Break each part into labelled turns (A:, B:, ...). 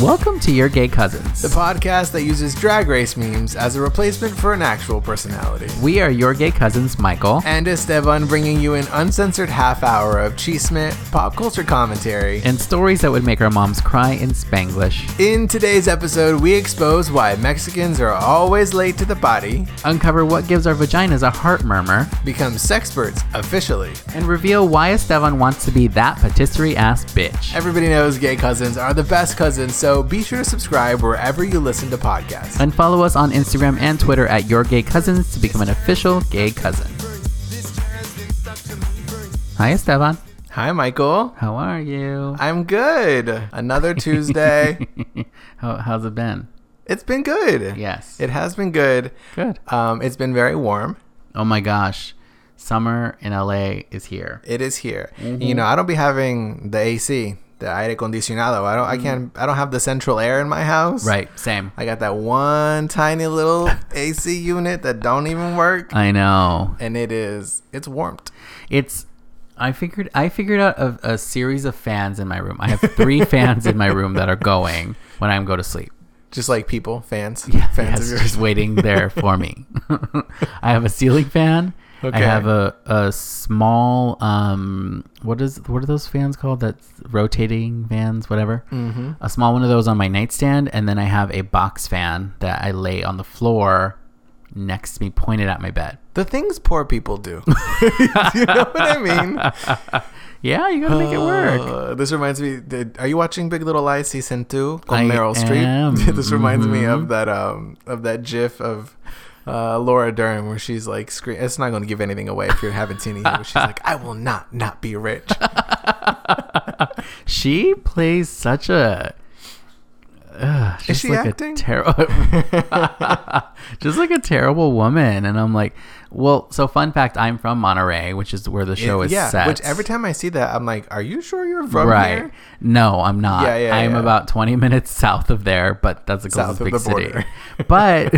A: Welcome to Your Gay Cousins.
B: the podcast that uses drag race memes as a replacement for an actual personality.
A: We are Your Gay Cousins, Michael
B: And Esteban bringing you an uncensored half hour of chisme, pop culture commentary.
A: and stories that would make our moms cry in Spanglish.
B: In today's episode, we expose why Mexicans are always late to the party,
A: Uncover what gives our vaginas a heart murmur
B: become sexperts officially.
A: and reveal why Esteban wants to be that patisserie ass bitch.
B: Everybody knows gay cousins are the best cousins, so be sure to subscribe wherever you listen to podcasts.
A: And follow us on Instagram and Twitter at Your Gay Cousins to become an official gay cousin. Hi, Esteban.
B: Hi, Michael.
A: How are you?
B: I'm good. Another Tuesday.
A: How, how's it been?
B: it's been good.
A: Yes.
B: It has been good.
A: Good.
B: Um, it's been very warm.
A: Oh my gosh. Summer in LA is here.
B: It is here. You know, I don't be having the AC, the aire condicionado. I don't. I can't. I don't have the central air in my house.
A: Right, same.
B: I got that one tiny little AC unit that don't even work,
A: I know.
B: and it is. It's warmed.
A: It's I figured I figured out a, a series of fans in my room. I have three fans in my room that are going when I go to sleep.
B: Just like people, fans,
A: Fans
B: fans of yours.
A: just waiting there for me. I have a ceiling fan. I
B: Okay.
A: have a, a small um what is what are those fans called? That's rotating fans, whatever. Mm-hmm. A small one of those on my nightstand, and then I have a box fan that I lay on the floor next to me, pointed at my bed.
B: The things poor people do. do you know what I mean?
A: Yeah, you gotta make it work.
B: Uh, this reminds me. Did, are you watching Big Little Lies season two? Con
A: I
B: Meryl
A: am. Mm-hmm.
B: Streep. this reminds me of that um of that GIF of uh, Laura Dern where she's like scream. It's not going to give anything away if you haven't seen it. Yet, but she's like, I will not not be rich.
A: She plays such a. Ugh, she's
B: she
A: like
B: acting?
A: A ter- just like a terrible woman, and I'm like, well. So fun fact: I'm from Monterey, which is where the show is
B: yeah.
A: set.
B: Which every time I see that, I'm like, Are you sure you're from
A: right?
B: here?
A: No, I'm not.
B: Yeah, yeah,
A: I'm
B: yeah.
A: about 20 minutes south of there, but that's the
B: South
A: closest
B: of
A: big
B: the
A: city.
B: border.
A: But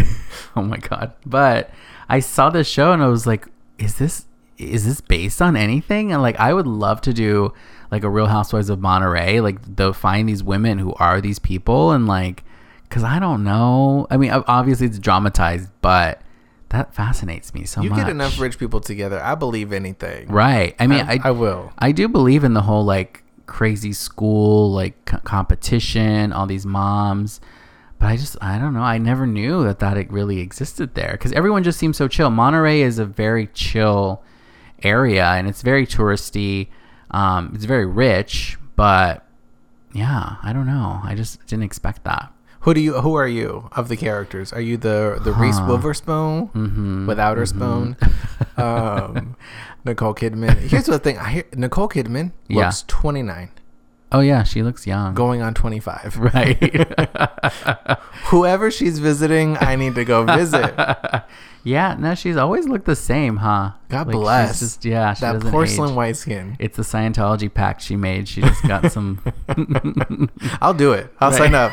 A: oh my god! But I saw this show and I was like, is this is this based on anything? And like, I would love to do like a Real Housewives of Monterey, like the find these women who are these people and like, cause I don't know. I mean, ob- obviously it's dramatized, but that fascinates me so
B: You
A: much.
B: get enough rich people together. I believe anything.
A: right? I mean, I,
B: I will.
A: I do believe in the whole like crazy school like co- competition, all these moms. But I just I don't know. I never knew that that it really existed there because everyone just seems so chill. Monterey is a very chill area and it's very touristy. Um, it's very rich, but yeah, I don't know. I just didn't expect that.
B: Who do you? Who are you of the characters? Are you the the Reese Witherspoon
A: Mm-hmm.
B: without her spoon? Um, Nicole Kidman. Here's the thing: I hear, Nicole Kidman
A: Yeah.
B: looks 29,
A: Oh yeah, she looks young.
B: going on 25.
A: right.
B: Whoever she's visiting, I need to go visit.
A: yeah. No, she's always looked the same, huh?
B: God
A: she's
B: bless
A: Just, yeah, she
B: that
A: doesn't
B: porcelain
A: age.
B: white skin.
A: It's the Scientology pact she made. She just got some.
B: I'll do it. I'll sign up.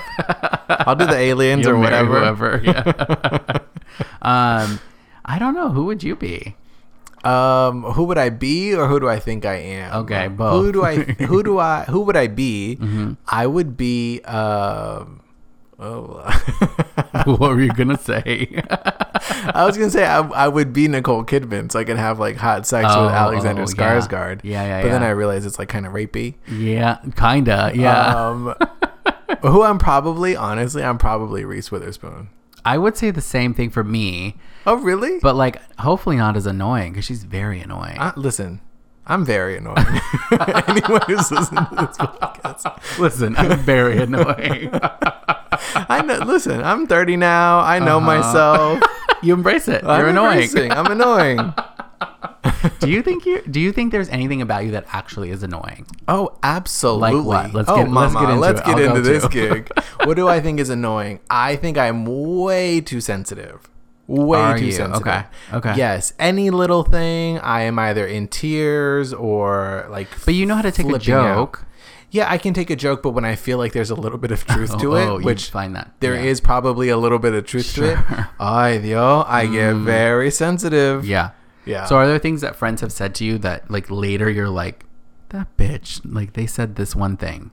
B: I'll do the aliens or
A: You'll marry
B: whatever.
A: whoever, yeah. um, I don't know. Who would you be?
B: Um, who would I be, or who do I think I am?
A: Okay, both. Mm-hmm.
B: Who do I? Who do I? Who would I be? I would be. Um, oh,
A: what were you gonna say?
B: I was gonna say I, I would be Nicole Kidman, so I could have like hot sex
A: Oh,
B: with Alexander
A: oh, yeah.
B: Skarsgård.
A: Yeah, yeah,
B: But then
A: yeah.
B: I realized it's like kind of rapey.
A: yeah, kinda. Yeah,
B: Um, who I'm probably, honestly, I'm probably Reese Witherspoon.
A: I would say the same thing for me,
B: Oh, really?
A: but like, hopefully not as annoying because she's very annoying.
B: I, listen, I'm very annoying. Anyone who's listening to this podcast.
A: Listen, I'm very annoying.
B: I know. Listen, I'm 30 now. I know myself.
A: you embrace it.
B: I'm
A: Uh-huh. You're annoying.
B: embracing, I'm annoying.
A: Do you think you? Do you think there's anything about you that actually is annoying?
B: Oh, absolutely.
A: what? Let's
B: oh,
A: get- let's get into
B: let's
A: it.
B: get
A: I'll go
B: into this
A: too.
B: gig. What do I think is annoying? I think I'm way too sensitive. Way
A: Are
B: too
A: you?
B: sensitive.
A: Okay. Okay.
B: Yes. Any little thing, I am either in tears or like.
A: But you know how to take a
B: flipping out.
A: joke.
B: Yeah, I can take a joke, but when I feel like there's a little bit of truth to it,
A: oh, you
B: which
A: find that
B: there is
A: yeah.
B: probably a little bit of truth to it.
A: Sure. Mm.
B: Ay, yo, I get very sensitive.
A: Yeah.
B: Yeah.
A: So are there things that friends have said to you that like later you're like, that bitch, like they said this one thing.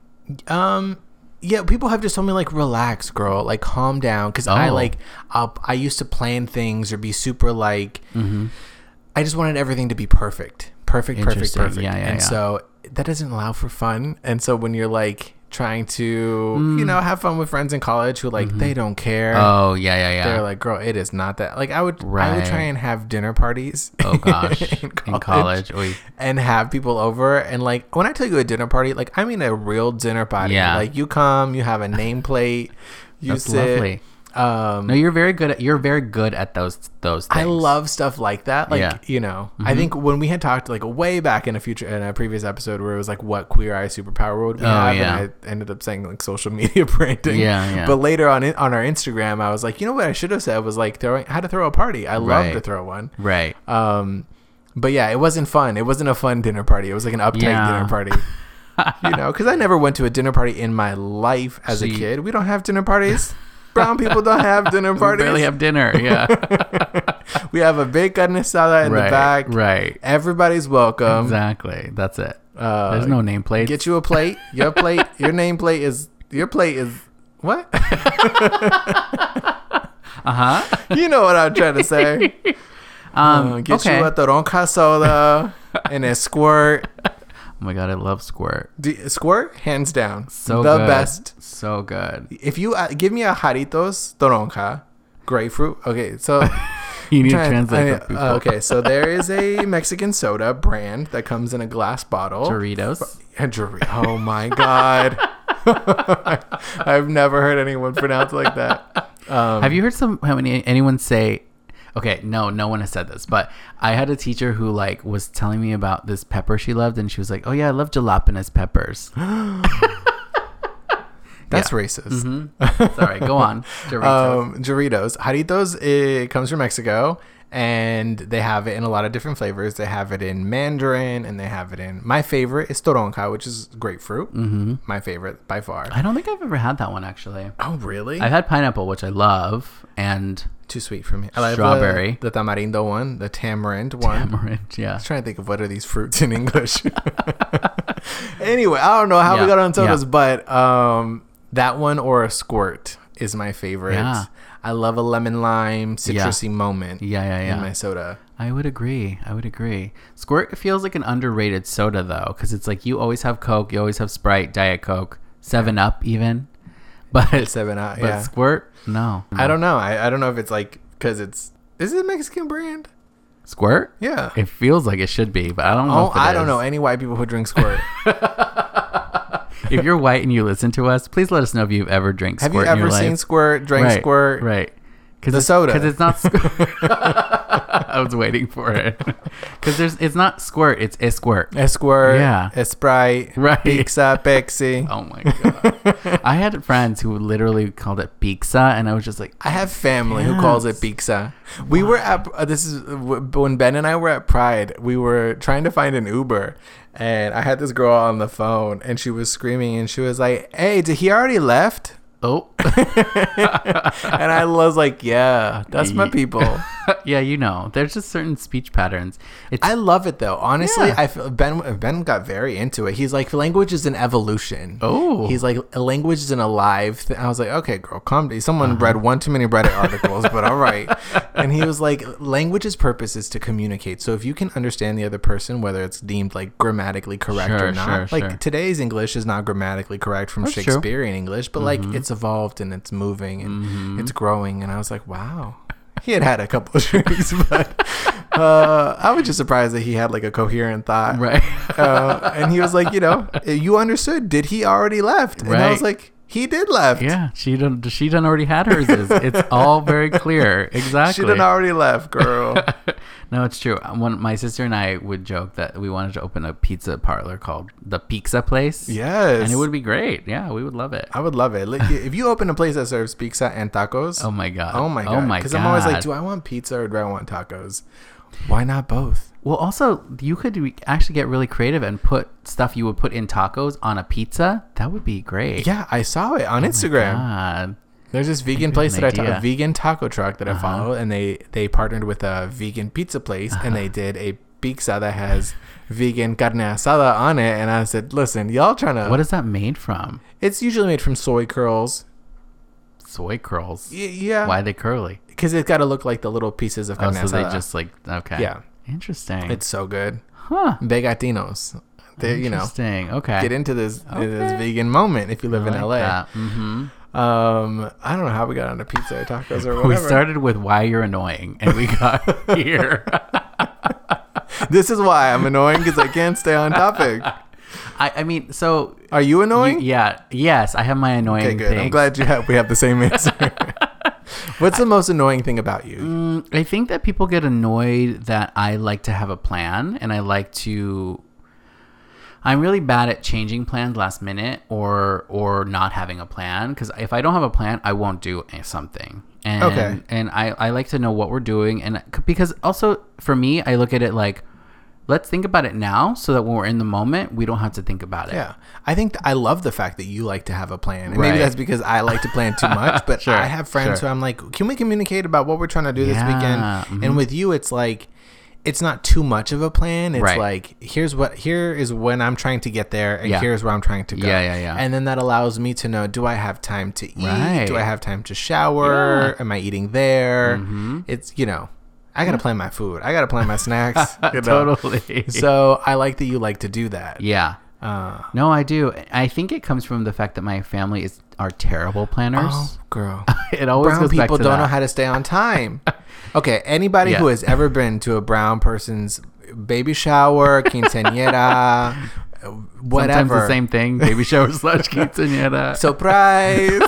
B: Um, yeah, people have just told me like, relax, girl, like calm down, because I
A: Oh.
B: like, up. I used to plan things or be super like,
A: Mhm.
B: I just wanted everything to be perfect, perfect, perfect,
A: Interesting.
B: perfect.
A: Yeah, yeah,
B: and
A: yeah.
B: so that doesn't allow for fun. And so when you're like trying to, you
A: Mm. Mm-hmm.
B: know, have fun with friends in college who like they don't care.
A: Oh yeah, yeah, yeah.
B: They're like, girl, it is not that. Like, I would, I would try
A: Right.
B: and have dinner parties.
A: oh gosh,
B: in
A: in college, oy.
B: and have people over and like when I tell you a dinner party, like I mean a real dinner party.
A: Yeah.
B: Like you come, you have a nameplate, you
A: that's
B: sit.
A: lovely.
B: Um
A: No, you're very good. At, you're very good at those those. Things.
B: I love stuff like that. Like,
A: Yeah. Mm-hmm.
B: you know, I think when we had talked like way back in a future in a previous episode where it was like what queer eye superpower would we
A: Oh,
B: have
A: yeah.
B: and I ended up saying like social media branding.
A: Yeah, yeah.
B: But later on in, on our Instagram I was like, you know what I should have said was like throwing how to throw a party. I love
A: Right.
B: to throw one.
A: Right.
B: Um, but yeah, it wasn't fun. It wasn't a fun dinner party. It was like an uptight
A: Yeah.
B: dinner party. you know, because I never went to a dinner party in my life as
A: So
B: a
A: you-
B: kid. We don't have dinner parties. Brown people don't have dinner
A: We
B: parties.
A: barely have dinner. Yeah.
B: we have a big carne asada in
A: right.
B: the back.
A: Right.
B: Everybody's welcome.
A: exactly. That's it.
B: Uh,
A: There's no nameplate.
B: get you a plate. Your plate. your name plate is your plate is what?
A: Uh huh.
B: you know what I'm trying to say.
A: Um.
B: Uh, get
A: okay.
B: you a toronca soda and a squirt.
A: oh my god, I love squirt.
B: D- squirt, hands down,
A: So
B: the
A: good.
B: best.
A: So good.
B: If you uh, give me a Jaritos toronja, grapefruit. Okay, so
A: You need to
B: trying-
A: translate
B: I-
A: for people.
B: uh, okay, so there is a Mexican soda brand that comes in a glass bottle.
A: Doritos.
B: And Dor- oh my god, I've never heard anyone pronounce it like that. Um,
A: Have you heard some how many anyone say okay, no, no one has said this, but I had a teacher who like was telling me about this pepper she loved and she was like, Oh yeah, I love jalapenos peppers.
B: That's racist.
A: Mhm. Sorry, go on. Doritos.
B: Um, Doritos. Jaritos it comes from Mexico and they have it in a lot of different flavors. They have it in Mandarin and they have it in my favorite is toronja, which is grapefruit. Mm-hmm. My favorite by far.
A: I don't think I've ever had that one actually.
B: Oh, really?
A: I've had pineapple, which I love, and
B: Too sweet for me. I like the-
A: Strawberry.
B: the, tamarindo one, the tamarind one. I
A: tamarind. Yeah.
B: was trying to think of what are these fruits in English. anyway, I don't know how we
A: Yeah,
B: got on sodas,
A: yeah.
B: but um, that one or a squirt is my favorite.
A: Yeah.
B: I love a lemon lime
A: Yeah.
B: citrusy moment
A: Yeah, yeah, yeah.
B: in my soda.
A: I would agree. I would agree. Squirt feels like an underrated soda though, because it's like you always have Coke, you always have Sprite, Diet Coke, Seven Up, even. But
B: Seven Up.
A: but
B: Yeah.
A: Squirt, no.
B: I don't know. I, I don't know if it's like because it's is it a Mexican brand?
A: Squirt.
B: Yeah.
A: It feels like it should be, but I don't know.
B: Oh,
A: if it
B: I don't
A: is.
B: know any white people who drink squirt.
A: if you're white and you listen to us, please let us know if you've ever drank
B: Have you
A: squirt in your
B: ever
A: life.
B: seen squirt? Drank
A: right,
B: squirt?
A: Right. Cause
B: The
A: it's,
B: soda.
A: Because it's not. squ- I was waiting for it. Because there's, it's not squirt. It's a squirt.
B: A squirt?
A: Yeah.
B: A sprite?
A: Right.
B: Pizza, Pepsi.
A: Oh my god. I had friends who literally called it pizza, and I was just like,
B: I have family who calls it pizza. We were at uh, this is when Ben and I were at Pride. We were trying to find an Uber, and I had this girl on the phone, and she was screaming, and she was like, "Hey, did he already left?"
A: oh,
B: and I was like, "Yeah, that's my people."
A: yeah, you know, there's just certain speech patterns. It's
B: I love it though. Honestly,
A: Yeah.
B: I feel Ben Ben got very into it. He's like, language is an evolution.
A: Oh.
B: he's like, language is an alive. Th-. I was like, okay, girl, calm down. Someone
A: Uh-huh.
B: read one too many Reddit articles, but all right. And he was like, language's purpose is to communicate. So if you can understand the other person, whether it's deemed like grammatically correct
A: Sure,
B: or not,
A: sure,
B: like
A: sure.
B: today's English is not grammatically correct from
A: That's true.
B: Shakespearean English, but
A: Mm-hmm.
B: like it's evolved and it's moving and it's growing. And I was like, wow. He had had a couple of drinks, but uh, I was just surprised that he had like a coherent thought.
A: right.
B: Uh, and he was like, you know, eh, you understood. Did he already left? And I was
A: Right.
B: like, he did left.
A: yeah, she done. She done already had hers. Is. It's all very clear. Exactly.
B: She done already left, girl.
A: no, it's true. When my sister and I would joke that we wanted to open a pizza parlor called the Pizza Place.
B: yes.
A: And it would be great. Yeah, we would love it.
B: I would love it. Like, If you open a place that serves pizza and tacos,
A: Oh my god.
B: oh my god.
A: Oh my god.
B: Because I'm always like, do I want pizza or do I want tacos? Why not both?
A: well, also you could re- actually get really creative and put stuff you would put in tacos on a pizza. That would be great.
B: Yeah, I saw it
A: Oh
B: on Instagram.
A: God.
B: There's this vegan
A: an
B: place that I
A: idea.
B: ta-
A: Uh-huh. Uh-huh.
B: a vegan taco truck that I follow, and they they partnered with a vegan pizza place, and they did a pizza that has vegan carne asada on it, and I said, "Listen, y'all trying to
A: What is that made from?
B: It's usually made from soy curls.
A: Soy curls.
B: Y- yeah,
A: Why are they curly?
B: because it's got to look like the little pieces of
A: Oh,
B: carne
A: so they
B: asada.
A: just like okay.
B: Yeah.
A: Interesting.
B: it's so good.
A: huh.
B: Vegatinos, they you know
A: Interesting. Okay.
B: get into this this
A: Okay.
B: vegan moment if you live in LA.
A: Mm-hmm.
B: Um, I don't know how we got onto pizza or tacos or whatever.
A: We started with why you're annoying, and we got here.
B: This is why I'm annoying because I can't stay on topic.
A: I, I mean, so
B: Are you annoying?
A: yeah, yes, I have my annoying
B: okay, good. I'm
A: things.
B: glad you have we have the same answer. What's the most annoying thing about you?
A: Mm, I think that people get annoyed that I like to have a plan and I like to. I'm really bad at changing plans last minute or or not having a plan because if I don't have a plan, I won't do something. And,
B: Okay.
A: And I, I like to know what we're doing and because also for me, I look at it like, let's think about it now so that when we're in the moment, we don't have to think about it.
B: Yeah, I think th- I love the fact that you like to have a plan, and
A: Right.
B: maybe that's because I like to plan too much. But
A: Sure,
B: I have friends
A: sure.
B: who I'm like, can we communicate about what we're trying to do this weekend?
A: Yeah, mm-hmm.
B: And with you, it's like. It's not too much of a plan. It's
A: Right.
B: like here's what here is when I'm trying to get there, and
A: Yeah.
B: here's where I'm trying to go.
A: Yeah, yeah, yeah.
B: And then that allows me to know: do I have time to eat?
A: Right.
B: Do I have time to shower? Am I eating there?
A: Mm-hmm.
B: It's you know, I gotta plan my food. I gotta plan my snacks. you know?
A: totally.
B: So I like that you like to do that.
A: yeah.
B: Uh,
A: No, I do. I think it comes from the fact that my family is are terrible planners.
B: oh, girl.
A: it always
B: brown
A: goes back
B: people
A: to
B: don't
A: that.
B: know how to stay on time. okay, anybody who
A: Yeah.
B: has ever been to a brown person's baby shower, quinceañera,
A: Sometimes
B: whatever,
A: the same thing. Baby shower slash quinceañera.
B: surprise.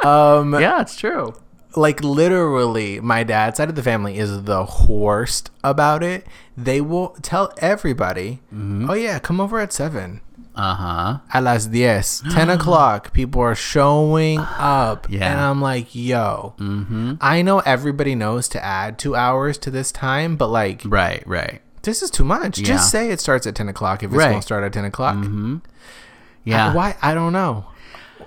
B: um,
A: yeah, it's true.
B: like literally, my dad's side of the family is the worst about it. They will tell everybody,
A: Mm-hmm.
B: "Oh yeah, come over at seven.
A: Uh huh.
B: at las 10, 10 o'clock, people are showing up.
A: Yeah. Mm-hmm.
B: And I'm like, yo, I know everybody knows to add two hours to this time, but like,
A: Right. Right.
B: this is too much.
A: Yeah.
B: Just say it starts at 10 o'clock if it's
A: Right. Mm-hmm.
B: going to start at 10 o'clock.
A: Yeah.
B: Why? I don't know.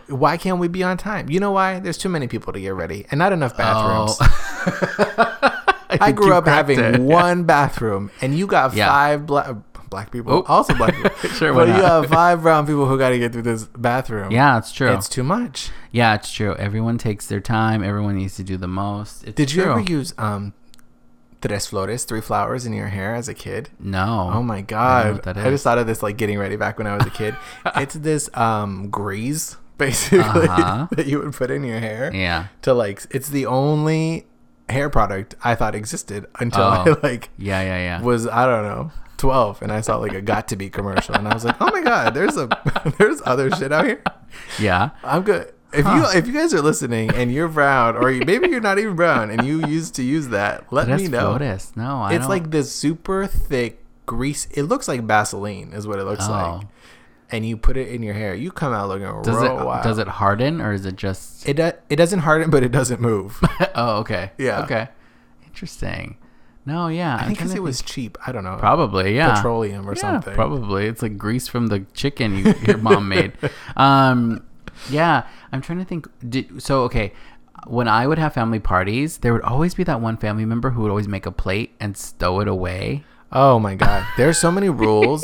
B: Why can't we be on time? You know why? There's too many people to get ready and not enough bathrooms. I
A: Oh. think
B: grew
A: you
B: up
A: cracked
B: having
A: it.
B: one bathroom, and you got
A: Yeah. Oh.
B: five black black people, also black people.
A: Sure, why
B: but you
A: not?
B: have five brown people who got to get through this bathroom.
A: Yeah, it's true.
B: It's too much.
A: yeah, it's true. Everyone takes their time. Everyone needs to do the most. It's
B: Did you
A: true.
B: ever use um tres flores, three flowers in your hair as a kid?
A: no.
B: Oh my
A: know
B: god.
A: what that
B: I
A: is.
B: just thought of this like getting ready back when I was a kid. it's this um grease basically
A: Uh-huh.
B: that you would put in your hair
A: Yeah.
B: to like it's the only hair product I thought existed until
A: Oh.
B: I like
A: Yeah. Yeah. Yeah.
B: was I don't know 12 and I saw like a got to be commercial and I was like, "Oh my god, there's a there's other shit out here."
A: yeah.
B: I'm good. If you if you guys are listening and you're brown, or you, maybe you're not even brown, and you used to use that, let
A: Tres
B: me know.
A: flores. No, I
B: It's
A: don't-
B: like this super thick grease. It looks like Vaseline, is what it looks
A: Oh.
B: like. And you put it in your hair. You come out looking
A: does
B: real
A: it uh,
B: wild.
A: does it harden or is it just?
B: It, do, it doesn't harden, but it doesn't move. I
A: oh, okay.
B: Yeah.
A: Okay. Interesting. No. Yeah. I
B: think 'cause it was cheap. I don't know.
A: Probably, yeah.
B: petroleum or
A: Yeah,
B: something.
A: Probably, it's like grease from the chicken you, your mom made. Um, yeah, I'm trying to think. Did, so okay, when I would have family parties, there would always be that one family member who would always make a plate and stow it away.
B: Oh my god, there's so many rules.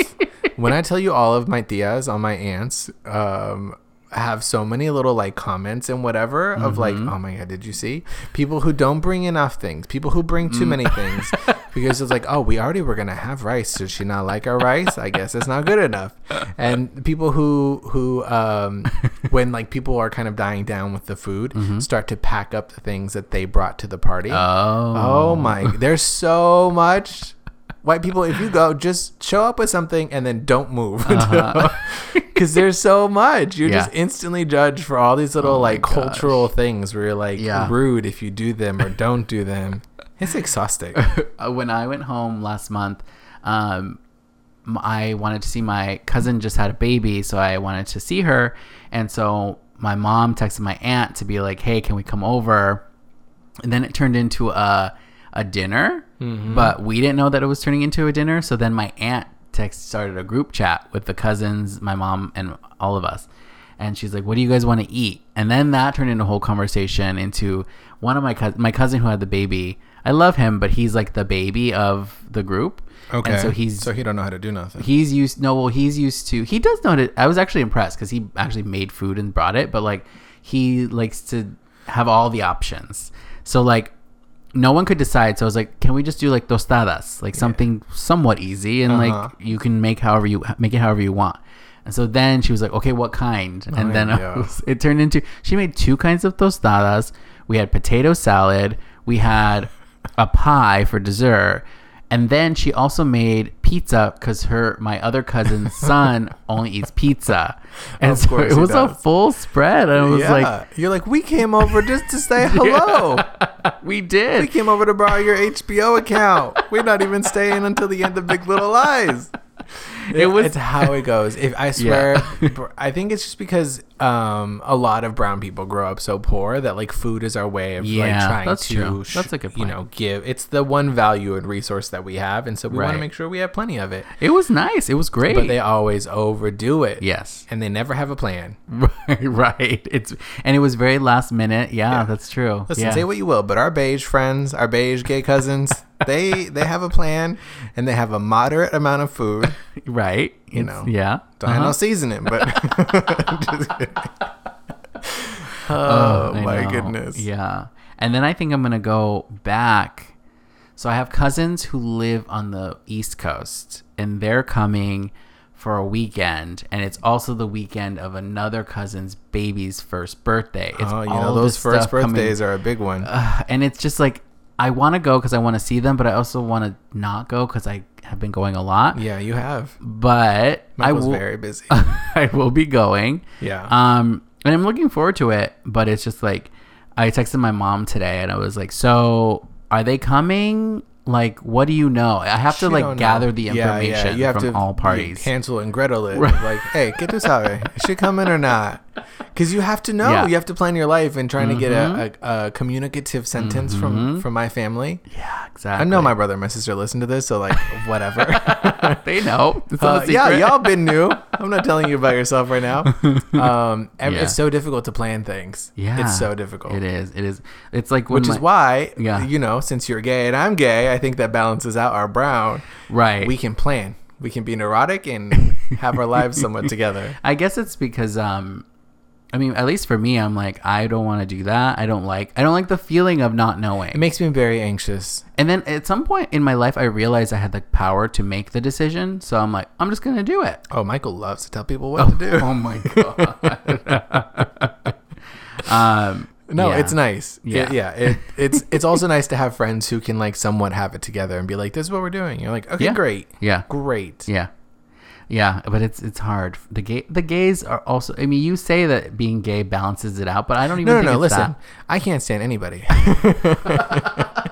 B: when I tell you all of my tias, all my aunts, um, have so many little like comments and whatever of like, oh my god, did you see people who don't bring enough things, people who bring too many things, because it's like, oh, we already were gonna have rice. Did she not like our rice? I guess it's not good enough. And people who who um, when like people are kind of dying down with the food, start to pack up the things that they brought to the party.
A: Oh,
B: Oh my, there's so much. White people, if you go, just show up with something and then don't move. Because there's so much. You're just
A: Yeah.
B: instantly judged for all these little like cultural things where you're like
A: Yeah.
B: rude if you do them or don't do them. It's exhausting.
A: Uh, when I went home last month, um, m- I wanted to see my cousin just had a baby, so I wanted to see her, and so my mom texted my aunt to be like, "Hey, can we come over?" And then it turned into a a dinner,
B: Mm-hmm.
A: but we didn't know that it was turning into a dinner. So then my aunt text started a group chat with the cousins, my mom, and all of us. And she's like, "What do you guys want to eat?" And then that turned into a whole conversation into one of my cous my cousin who had the baby. I love him, but he's like the baby of the group.
B: Okay.
A: And so he's
B: so he don't know how to do nothing.
A: he's used no well he's used to he does know that I was actually impressed because he actually made food and brought it but like he likes to have all the options so like no one could decide so I was like can we just do like tostadas like something somewhat easy and
B: Uh-huh.
A: like you can make however you make it however you want and so then she was like okay what kind and
B: Ay,
A: then I
B: Dios.
A: was- it turned into she made two kinds of tostadas we had potato salad we had a pie for dessert and then she also made pizza because her my other cousin's son only eats pizza and
B: Of
A: so
B: course
A: it
B: he
A: was a
B: does.
A: full spread and it was
B: yeah.
A: like
B: You're like, we came over just to say hello.
A: we did
B: We came over to borrow your HBO account. We're not even staying until the end of Big Little Lies.
A: It was-
B: it's how it goes. If I swear, br- I think it's just because um, a lot of brown people grow up so poor that like food is our way of like
A: Yeah,
B: trying
A: that's
B: to
A: true.
B: sh-
A: That's a good
B: you
A: point.
B: know give. It's the one value and resource that we have, and so we want to
A: Right.
B: make sure we have plenty of it.
A: it was nice it was great
B: But they always overdo it.
A: yes
B: and they never have a plan.
A: right right it's and it was very last minute yeah, that's true
B: Listen,
A: yeah.
B: say what you will, but our beige friends, our beige gay cousins, they they have a plan and they have a moderate amount of food.
A: right you
B: know.
A: yeah
B: Don't have
A: Uh-huh.
B: no seasoning, but Just kidding.
A: Oh,
B: oh
A: I
B: my
A: know.
B: goodness.
A: Yeah. And then I think I'm going to go back. So I have cousins who live on the East Coast and they're coming for a weekend and it's also the weekend of another cousin's baby's first birthday. It's
B: Oh, you
A: all
B: know those
A: this
B: first
A: stuff coming- Uh,
B: birthdays are a big one.
A: Ugh, and it's just like I want to go cuz I want to see them, but I also want to not go cuz I have been going a lot.
B: yeah, you have.
A: But
B: I was
A: I will Uh,
B: very busy.
A: I will be going.
B: Yeah.
A: Um, and I'm looking forward to it, but it's just like I texted my mom today and I was like, "So, are they coming? Like, what do you know? I have
B: She
A: to like
B: don't know.
A: gather the
B: Yeah,
A: information
B: yeah, you have
A: from
B: to
A: all
B: be
A: parties."
B: Hansel and Gretel it.
A: Right.
B: Like, hey, get this out. of here. Is she coming or not? Because you have to know.
A: Yeah. Mm-hmm.
B: You have to plan your life and trying to get a, a, a communicative sentence from from my family.
A: yeah,
B: I
A: Mm-hmm. exactly.
B: know my brother and my sister listen to this, so like whatever.
A: they know. It's not
B: Uh,
A: a
B: yeah,
A: secret.
B: y'all been new. I'm not telling you about yourself right now. Um, and
A: Yeah.
B: It's so difficult to plan things.
A: Yeah.
B: it's so difficult.
A: It is. It is. It's like when
B: Which
A: my,
B: is why,
A: Yeah.
B: you know, since you're gay and I'm gay, I think that balances out our brown.
A: right.
B: We can plan. We can be neurotic and have our lives somewhat together.
A: I guess it's because um I mean, at least for me, I'm like I don't want to do that. I don't like I don't like the feeling of not knowing.
B: It makes me very anxious.
A: And then at some point in my life, I realized I had the power to make the decision. So I'm like, I'm just going to do it.
B: Oh, Michael loves to tell people what to do.
A: Oh my God. um,
B: No,
A: yeah.
B: it's nice. Yeah,
A: Yeah.
B: yeah. It, it's it's also nice to have friends who can like somewhat have it together and be like, "This is what we're doing." You're like, "Okay,
A: Yeah.
B: great,
A: Yeah.
B: great."
A: Yeah. Yeah. But it's, it's hard. The gay, the gays are also, I mean, you say that being gay balances it out, but I don't even
B: No, no,
A: think
B: no.
A: it's
B: Listen,
A: that.
B: I can't stand anybody.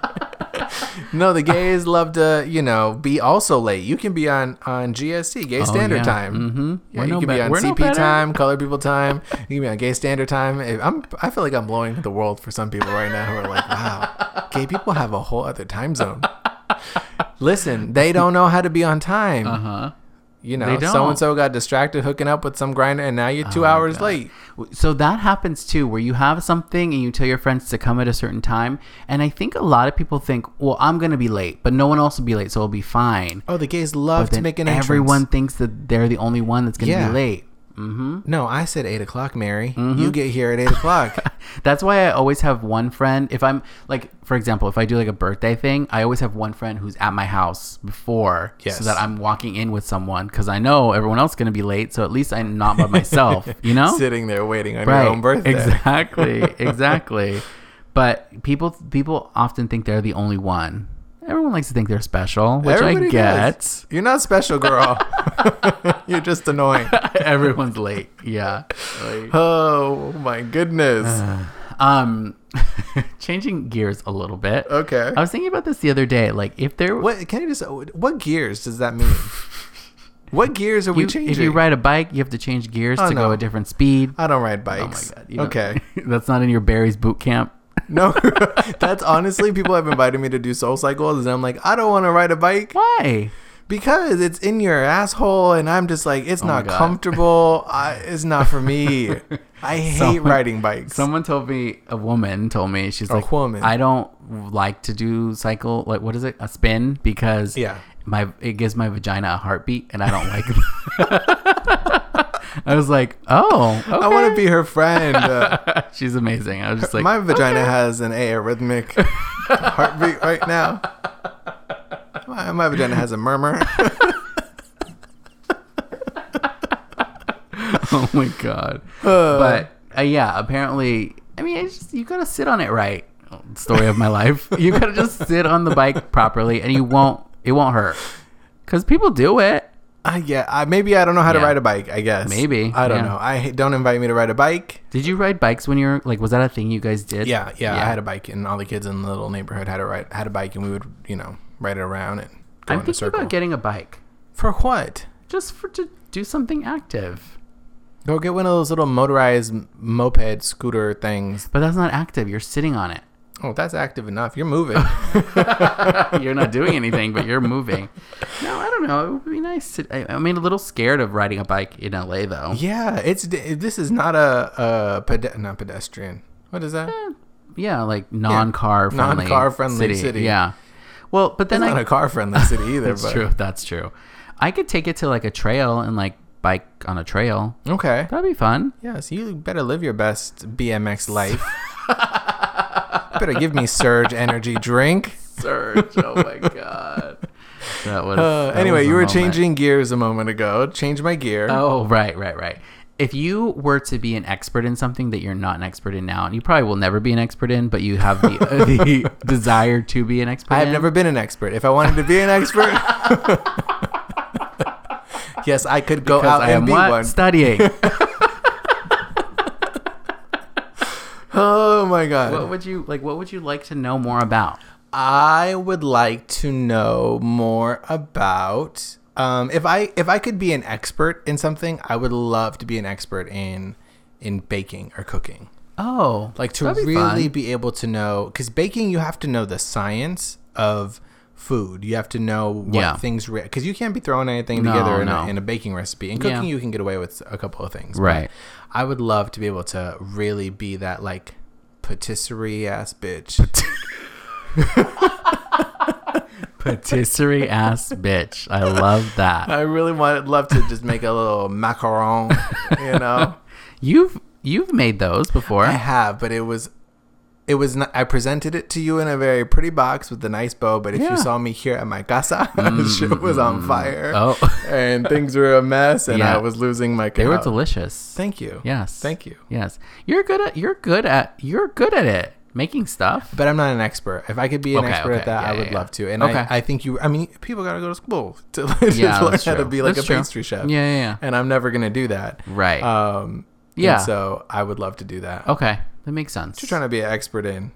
B: no, the gays love to, you know, be also late. You can be on on GST, Gay Standard
A: Oh, yeah.
B: Time.
A: Mhm.
B: Yeah,
A: We're
B: you
A: no
B: can be
A: bet-
B: on
A: we're no
B: CP
A: better.
B: time, Colored People Time. You can be on Gay Standard Time. If I'm, I feel like I'm blowing the world for some people right now who are like, wow, gay people have a whole other time zone. Listen, they don't know how to be on time.
A: Uh huh.
B: you
A: they
B: know,
A: don't.
B: so and so got distracted hooking up with some grinder, and now you're two
A: my
B: hours
A: God.
B: late.
A: So that happens too, where you have something and you tell your friends to come at a certain time. And I think a lot of people think, well, I'm going to be late, but no one else will be late, so it'll be fine.
B: Oh, the gays love
A: But
B: to
A: then
B: make an entrance.
A: everyone thinks that they're the only one that's going to
B: Yeah.
A: be late. hmm
B: No, I said eight o'clock, Mary.
A: Mm-hmm.
B: You get here at eight o'clock.
A: That's why I always have one friend. If I'm like, for example, if I do like a birthday thing, I always have one friend who's at my house before,
B: Yes.
A: so that I'm walking in with someone because I know everyone else is going to be late. So at least I'm not by myself. You know,
B: Sitting there waiting on your own birthday.
A: Exactly. Exactly. but people people often think they're the only one. Everyone likes to think they're special, which I
B: Everybody
A: get.
B: does. You're not special, girl. You're just annoying.
A: Everyone's late. Yeah. Like-
B: Oh my
A: Uh.
B: goodness.
A: Um, changing gears a little bit.
B: Okay.
A: I was thinking about this the other day. Like, if there,
B: What can you just? What gears does that mean? what gears are we
A: you-
B: changing?
A: if you ride a bike, you have to change gears
B: Oh,
A: to go
B: no.
A: a different speed.
B: I don't ride
A: Oh
B: bikes.
A: you know,
B: okay.
A: that's not in your Barry's boot camp.
B: No, that's honestly people have invited me to do Soul Cycles, and I'm like, I don't want to ride a bike
A: Why?
B: because it's in your asshole, and I'm just like, it's
A: Oh my
B: not
A: God.
B: comfortable. I, it's not for me. I hate
A: Someone-
B: riding bikes.
A: Someone told me a woman told me she's
B: A
A: like
B: woman.
A: I don't like to do cycle like what is it a spin because
B: Yeah.
A: my it gives my vagina a heartbeat and I don't like. I was like, oh,
B: I want to be her friend. Uh,
A: be. She's amazing. I was just like,
B: my vagina has an arrhythmic heartbeat right now. My, my vagina has a murmur.
A: oh my god. but uh, yeah, apparently, I mean, it's just, you gotta sit on it right. Story of my life. You gotta just sit on the bike properly, and you won't. It won't hurt because people do it.
B: I yeah, I, maybe I don't know how to
A: Yeah.
B: ride a bike. I guess
A: Maybe,
B: I don't
A: yeah.
B: know. I don't invite me to ride a bike.
A: Did you ride bikes when you were like? Was that a thing you guys did?
B: Yeah, yeah, I
A: Yeah.
B: had a bike, and all the kids in the little neighborhood had a ride, had a bike, and we would you know ride it around and go
A: I'm
B: in a
A: thinking
B: circle.
A: about getting a bike
B: For what?
A: just for to do something active.
B: Go get one of those little motorized m- moped scooter things.
A: But that's not active. You're sitting on it.
B: Oh, that's active enough. You're moving.
A: You're not doing anything, but you're moving. No, I don't know. It would be nice. To, I, I mean, a little scared of riding a bike in LA though.
B: yeah, it's d- this is not a, a pede- not pedestrian. What is that?
A: yeah, like non-car friendly,
B: Non-car friendly city.
A: Yeah. Well, but then
B: It's not
A: I,
B: a car friendly city either.
A: that's
B: but
A: true. That's true. I could take it to like a trail and like bike on a trail.
B: Okay.
A: That'd be fun.
B: Yeah, so you better live your best BMX life. better give me surge energy drink.
A: Surge. Oh my god. That was.
B: Uh,
A: that
B: anyway,
A: was a
B: you were
A: moment.
B: changing gears a moment ago. Change my gear.
A: Oh right, right, right. If you were to be an expert in something that you're not an expert in now, and you probably will never be an expert in, but you have the, the desire to be an expert.
B: I have
A: in,
B: never been an expert. If I wanted to be an expert, yes, I could go
A: because
B: out
A: I
B: and
A: am
B: be
A: what
B: one.
A: studying.
B: Oh my god.
A: what would you like? What would you like to know more about?
B: I would like to know more about um, if I if I could be an expert in something, I would love to be an expert in in baking or cooking.
A: Oh,
B: like to
A: that'd be
B: really
A: fun.
B: be able to know because baking you have to know the science of food you have to know what
A: Yeah.
B: things because you can't be throwing anything
A: No,
B: together in,
A: no.
B: a, in a baking recipe and
A: Yeah.
B: cooking you can get away with a couple of things but
A: Right.
B: i would love to be able to really be that like patisserie ass bitch
A: patisserie ass bitch. I love that.
B: i really want love to just make a little macaron you know
A: You've you've made those before.
B: I have, but it was, it was. Not, I presented it to you in a very pretty box with a nice bow. But if
A: Yeah. Mm-hmm.
B: you saw me here at my casa, shit was on fire,
A: Oh.
B: and things were a mess, and
A: Yeah.
B: I was losing my.
A: They were
B: cow.
A: delicious.
B: Thank you.
A: yes.
B: Thank you.
A: Yes. You're good at you're good at you're good at it. Making stuff.
B: But I'm not an expert. If I could be an
A: Okay,
B: expert
A: okay.
B: at that,
A: Yeah,
B: I
A: yeah,
B: would
A: yeah.
B: love to. And
A: Okay.
B: I, I think you. I mean, people gotta go to school to learn,
A: Yeah,
B: to learn
A: that's
B: how to
A: true.
B: be like
A: That's
B: a
A: true.
B: pastry chef.
A: Yeah, yeah, yeah.
B: And I'm never gonna do that.
A: Right.
B: Um. and
A: Yeah.
B: So I would love to do that. What
A: okay. That makes sense.
B: you trying to be an expert in?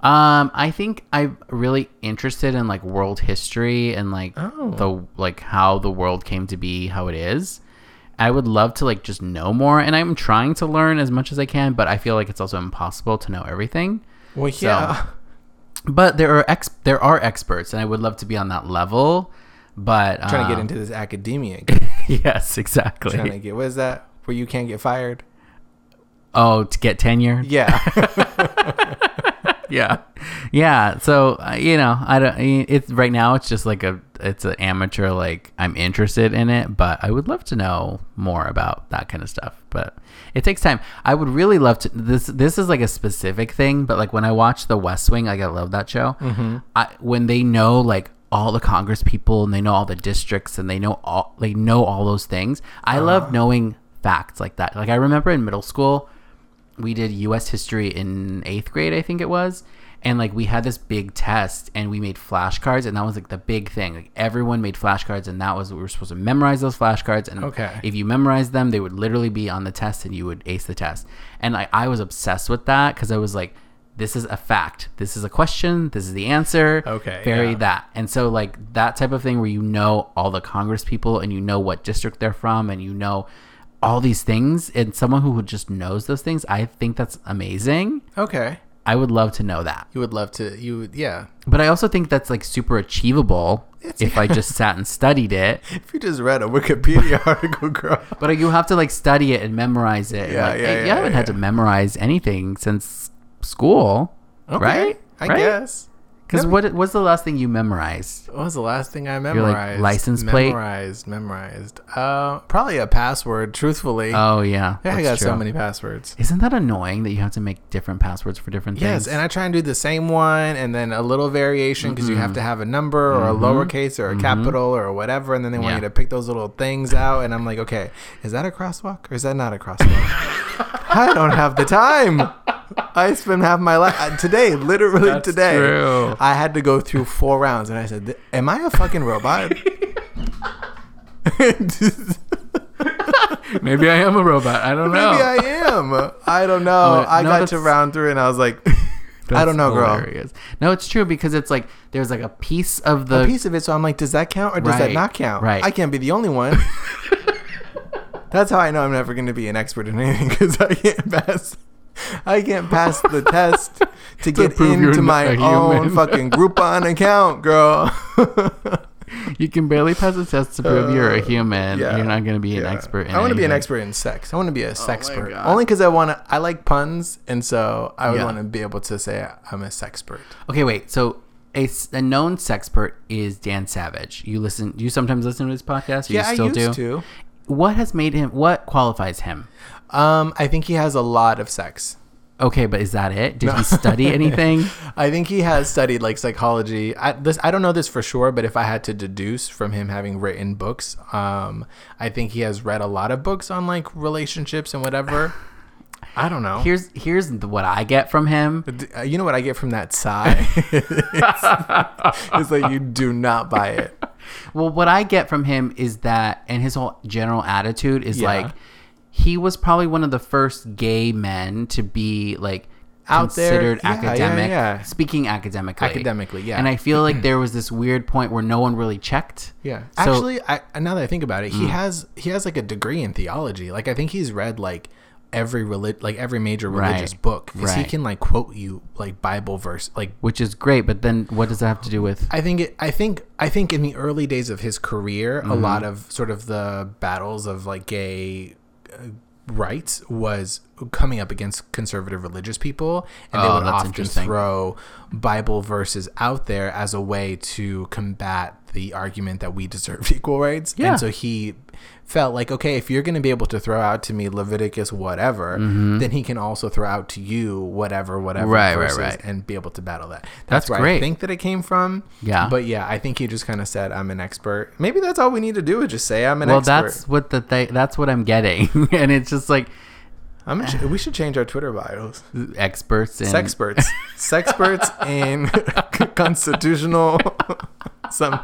A: Um, I think I'm really interested in like world history and like
B: Oh.
A: the like how the world came to be, how it is. I would love to like just know more, and I'm trying to learn as much as I can, but I feel like it's also impossible to know everything.
B: Well, yeah.
A: But there are ex- there are experts, and I would love to be on that level. But
B: trying to
A: um,
B: get into this academia.
A: yes, exactly.
B: trying to get what is that where you can't get fired
A: oh, to get tenure.
B: yeah
A: yeah yeah so uh, you know i don't I mean, it's right now it's just like a it's an amateur like i'm interested in it but i would love to know more about that kind of stuff but it takes time i would really love to this this is like a specific thing but like when i watch the west wing like i love that show I, when they know like all the congress people and they know all the districts and they know all they know all those things i love knowing facts like that like i remember in middle school we did US history in eighth grade, I think it was. And like we had this big test and we made flashcards and that was like the big thing. Like everyone made flashcards and that was we were supposed to memorize those flashcards and
B: Okay.
A: if you memorized them, they would literally be on the test and you would ace the test. And I, I was obsessed with that because I was like, this is a fact. This is a question. This is the answer.
B: Okay,
A: Bury
B: yeah.
A: that. And so like that type of thing where you know all the Congress people and you know what district they're from and you know all these things and someone who just knows those things, I think that's amazing.
B: okay
A: I would love to know that.
B: You would love to. You would, yeah.
A: But I also think that's like super achievable
B: It's-
A: if I just sat and studied it.
B: If you just read a Wikipedia article, girl.
A: But you have to like study it and memorize it. And,
B: Yeah,
A: like,
B: yeah,
A: I-
B: yeah,
A: I haven't had
B: yeah.
A: to memorize anything since school,
B: Okay,
A: right?
B: I
A: Right?
B: guess.
A: Because
B: Yeah.
A: what was the last thing you memorized?
B: What was the last thing I
A: like,
B: memorized?
A: license plate?
B: Memorized, memorized. Uh, probably a password. Truthfully,
A: Oh yeah,
B: yeah, I
A: that's
B: got so
A: true.
B: many passwords.
A: Isn't that annoying that you have to make different passwords for different
B: Yes,
A: things?
B: and I try and do the same one and then a little variation because
A: Mm-hmm.
B: you have to have a number or
A: Mhm.
B: a lowercase or a
A: Mhm.
B: capital or whatever, and then they want
A: Yeah.
B: you to pick those little things out. And I'm like, okay, is that a crosswalk or is that not a crosswalk? I don't have the time. I spend half my life today, literally
A: That's
B: today.
A: true.
B: I had to go through four rounds, and I said, "Th- "Am I a fucking robot?"
A: Maybe I am a robot. I don't know.
B: Maybe I am. I don't know.
A: Oh,
B: I
A: no,
B: got to
A: that's-
B: round three, and I was like,
A: That's
B: I don't know, girl.
A: hilarious. No, it's true because it's like there's like a piece of the
B: a piece of it. So I'm like, does that count or does that
A: Right,
B: not count?
A: right.
B: I can't be the only one. That's how I know I'm never going to be an expert in anything because I can't pass. I can't pass the test to get
A: prove you're
B: into
A: not a
B: my
A: human.
B: own fucking Groupon account, girl.
A: you can barely pass a test to prove you're a human.
B: Uh, yeah,
A: You're not going to be an
B: Yeah.
A: expert. In
B: I want to be an
A: anything. Oh
B: expert in sex. I want to be a sexpert.
A: God.
B: Only because I want to. I like puns, and so I would
A: Yeah.
B: want to be able to say I'm a sexpert.
A: Okay, wait. So a, s- a known sexpert is Dan Savage. You listen. You sometimes listen to his podcast. Or
B: Yeah,
A: you still
B: I
A: do.
B: used to.
A: What has made him? What qualifies him?
B: Um, I think he has a lot of sex.
A: Okay, but is that it? Did he study anything?
B: I think he has studied like psychology. I, this I don't know this for sure, but if I had to deduce from him having written books, um, I think he has read a lot of books on like relationships and whatever. I don't know.
A: Here's here's the, what I get from him.
B: D- uh, you know what I get from that sigh? it's, it's like you do not buy it.
A: Well, what I get from him is that, and his whole general attitude is
B: Yeah.
A: like, he was probably one of the first gay men to be like
B: Out there.
A: considered
B: Yeah, yeah,
A: academic,
B: yeah.
A: speaking academically.
B: Academically, yeah.
A: And I feel like there was this weird point where no one really checked.
B: Yeah.
A: So- Hmm.
B: Actually, I now that I think about it, he has he has like a degree in theology. Like I think he's read like every relig- like every major religious
A: Right.
B: book because he
A: Right.
B: can like quote you like Bible verse like
A: which is great. But then, what does that have to do with?
B: I think it, I think I think in the early days of his career,
A: Mm-hmm.
B: a lot of sort of the battles of like gay uh, rights was coming up against conservative religious people, and they
A: Oh,
B: would
A: that's
B: often
A: interesting.
B: throw Bible verses out there as a way to combat the argument that we deserve equal rights.
A: Yeah.
B: And so he felt like okay if you're going to be able to throw out to me leviticus whatever then he can also throw out to you whatever whatever
A: Mm-hmm. Right, right,
B: verses
A: right.
B: and be able to battle that that's,
A: That's
B: where i
A: great.
B: think that it came from
A: Yeah.
B: but yeah, I think he just kind of said, "I'm an expert." Maybe that's all we need to do is just say, "I'm an
A: Well,
B: expert."
A: that's what the th- that's what I'm getting, and it's just like
B: I'm. A, we should change our Twitter bios.
A: experts in
B: Sexperts, sexperts in constitutional something.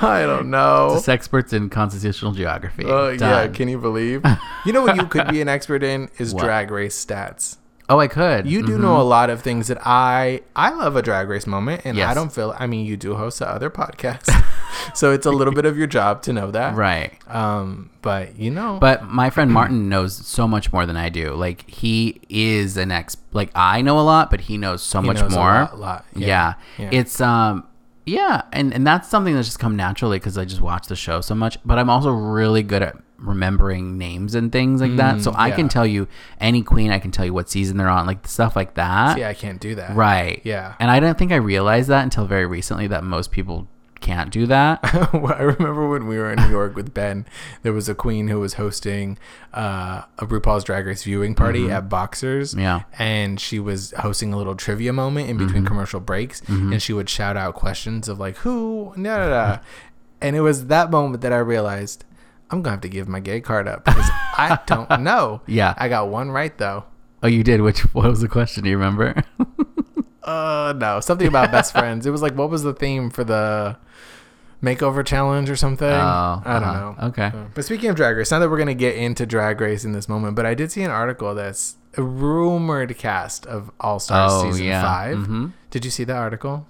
B: I don't know.
A: sexperts in constitutional geography.
B: Uh, yeah,
A: Done.
B: can you believe? You know what you could be an expert in is
A: What?
B: drag race stats.
A: oh, I could.
B: You do know a lot of things that I I love a drag race moment, and I
A: Yes.
B: don't feel. I mean, you do host a other podcasts, so it's a little bit of your job to know that,
A: right.
B: Um, but you know,
A: But my friend Martin knows so much more than I do. Like he is an ex. Like I know a lot, but he knows so much
B: knows a
A: more.
B: lot, lot. Yeah.
A: Yeah.
B: Yeah.
A: It's um. Yeah, and, and that's something that's just come naturally because I just watch the show so much. But I'm also really good at remembering names and things like that. So I
B: Mm, yeah.
A: can tell you any queen. I can tell you what season they're on, like stuff like that.
B: yeah, I can't do that.
A: Right.
B: Yeah.
A: And I don't think I realized that until very recently that most people can't do that.
B: Well, I remember when we were in New York with Ben, there was a queen who was hosting uh, a RuPaul's Drag Race viewing party at Boxers.
A: Mm-hmm. Yeah. Mm-hmm.
B: And she was hosting a little trivia moment in between commercial breaks. And she would shout out questions of, like, who? Da, da, da. and it was that moment that I realized I'm going to have to give my gay card up because I don't know.
A: Yeah.
B: I got one right, though.
A: Oh, you did. Which what was the question? Do you remember?
B: Uh, no, something about best friends. It was like, what was the theme for the makeover challenge or something? I don't
A: Oh, uh-huh.
B: know.
A: Okay.
B: Uh, But speaking of drag race, not that we're gonna get into drag race in this moment, but I did see an article that's a rumored cast of All Stars
A: Oh,
B: season
A: yeah.
B: 5
A: Mhm.
B: Did you see that article?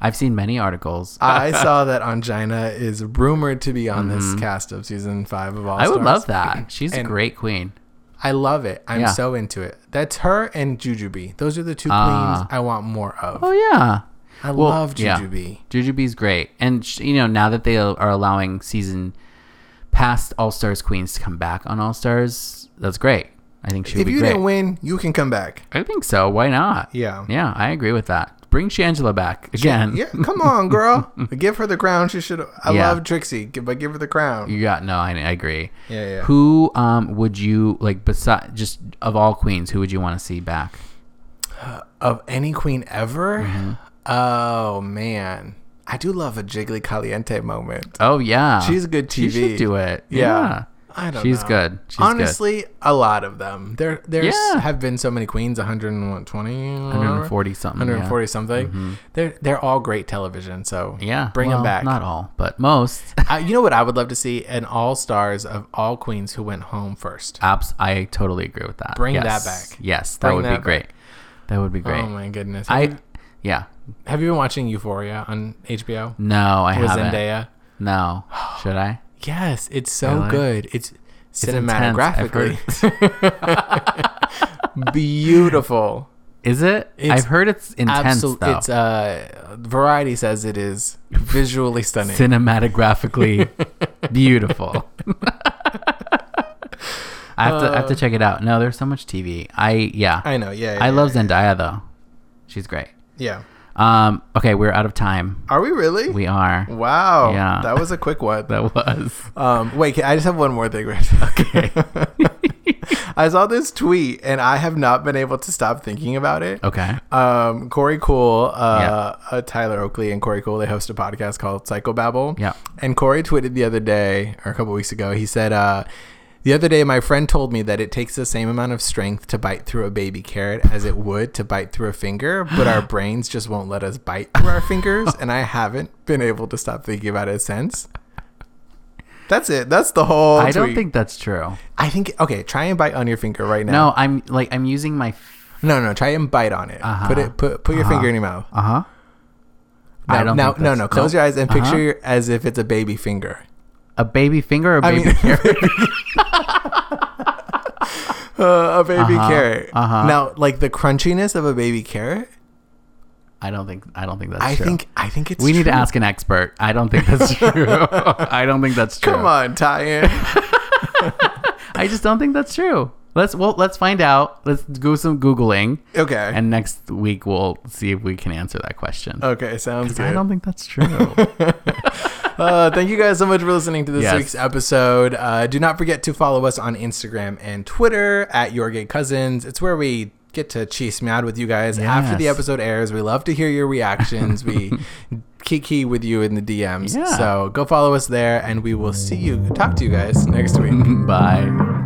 A: I've seen many articles.
B: I saw that Angina is rumored to be on this cast of season five of All
A: Mm-hmm. I
B: Stars.
A: would love that. She's a
B: And-
A: great queen.
B: I love it. I'm
A: Yeah.
B: so into it. That's her and Jujubee. Those are the two
A: Ah.
B: queens I want more of.
A: Oh yeah,
B: I
A: well,
B: love
A: yeah.
B: Jujubee.
A: Jujubee's great, and sh- you know now that they are allowing season past All Stars queens to come back on All Stars, that's great. I think she would
B: If
A: be
B: you
A: great.
B: didn't win, you can come back.
A: I think so. Why not?
B: Yeah.
A: Yeah, I agree with that. Bring Shangela back again.
B: Yeah, come on, girl. give her the crown. She should. I
A: Yeah.
B: love Trixie, gi- but give her the crown.
A: Yeah, no, I, I agree.
B: Yeah, yeah.
A: Who um would you like beside just of all queens, who would you want to see back?
B: Of any queen ever?
A: Mm-hmm.
B: Oh man, I do love a jiggly caliente moment.
A: Oh yeah.
B: She's good TV.
A: She should do it.
B: Yeah.
A: Yeah.
B: I don't
A: She's
B: know.
A: good. She's good.
B: Honestly, a lot of them. There, there's
A: Yeah.
B: have been so many queens. 120,
A: 140 something. yeah. Mm-hmm.
B: 140 something. They're they're all great television. So
A: Yeah.
B: bring
A: well,
B: them back.
A: Not all, but most.
B: I, you know what I would love to see an all stars of all queens who went home first.
A: Abs- I totally agree with that.
B: Bring that
A: Yes.
B: back.
A: Yes, that
B: Bring
A: would
B: that
A: be
B: back.
A: great. That would be great.
B: Oh my goodness. Have,
A: I
B: you,
A: yeah.
B: have you been watching Euphoria on HBO
A: No, I
B: with
A: haven't.
B: Zendaya?
A: No. Should I?
B: Yes, it's so
A: Really?
B: good. It's
A: intense, I've
B: cinematographically beautiful.
A: Is it?
B: It's
A: I've heard it's intense
B: Absol-
A: though.
B: It's uh, Variety says it is visually stunning.
A: cinematographically beautiful. I have to I have
B: Uh,
A: to check it out. No, there's so much TV. I yeah. I,
B: I know. Yeah. yeah,
A: love
B: yeah,
A: Zendaya though. She's great.
B: Yeah.
A: Um okay, we're out of time.
B: Are we really?
A: We are.
B: wow.
A: Yeah.
B: That was a quick one.
A: That was.
B: Um, wait, can- I just have one more thing. Rich.
A: Okay.
B: I saw this tweet and I have not been able to stop thinking about it.
A: Okay.
B: Um, Corey Cool, uh, uh, Tyler Oakley, and Corey Cool, they host a podcast called Psychobabble.
A: Yeah.
B: And Corey tweeted the other day, or a couple weeks ago, he said, uh, The other day, my friend told me that it takes the same amount of strength to bite through a baby carrot as it would to bite through a finger, but our brains just won't let us bite through our fingers. And I haven't been able to stop thinking about it since. That's it. That's the whole.
A: I don't
B: tweet.
A: think that's true.
B: I think. Okay, try and bite on your finger right now.
A: No, I'm like I'm using my
B: No, no. Try and bite on it.
A: Uh-huh.
B: Put it. Put put your finger in your mouth.
A: uh-huh.
B: Now,
A: I don't
B: now,
A: think
B: no,
A: that's-
B: no. Close
A: no.
B: your eyes and
A: Uh-huh.
B: picture your, as if it's a baby finger.
A: A baby finger or a
B: I
A: baby
B: mean, uh, a baby
A: Uh-huh,
B: carrot.
A: uh-huh.
B: Now, like the crunchiness of a baby carrot.
A: I don't think I don't think that's
B: I
A: true.
B: think. I think it's.
A: we need to
B: true.
A: ask an expert. I don't think that's true. I don't think that's true.
B: Come on, Tyan.
A: I just don't think that's true. Let's well, let's find out. Let's do some googling,
B: Okay.
A: and next week we'll see if we can answer that question.
B: okay. Sounds good.
A: I don't think that's true.
B: uh, thank you guys so much for listening to this
A: Yes.
B: week's episode. Uh, do not forget to follow us on Instagram and Twitter at Your Gay Cousins. It's where we get to cheese meow with you guys after the
A: Yes.
B: episode airs. We love to hear your reactions. we kiki with you in the DMs.
A: Yeah.
B: So go follow us there, and we will see you, talk to you guys next week.
A: Bye.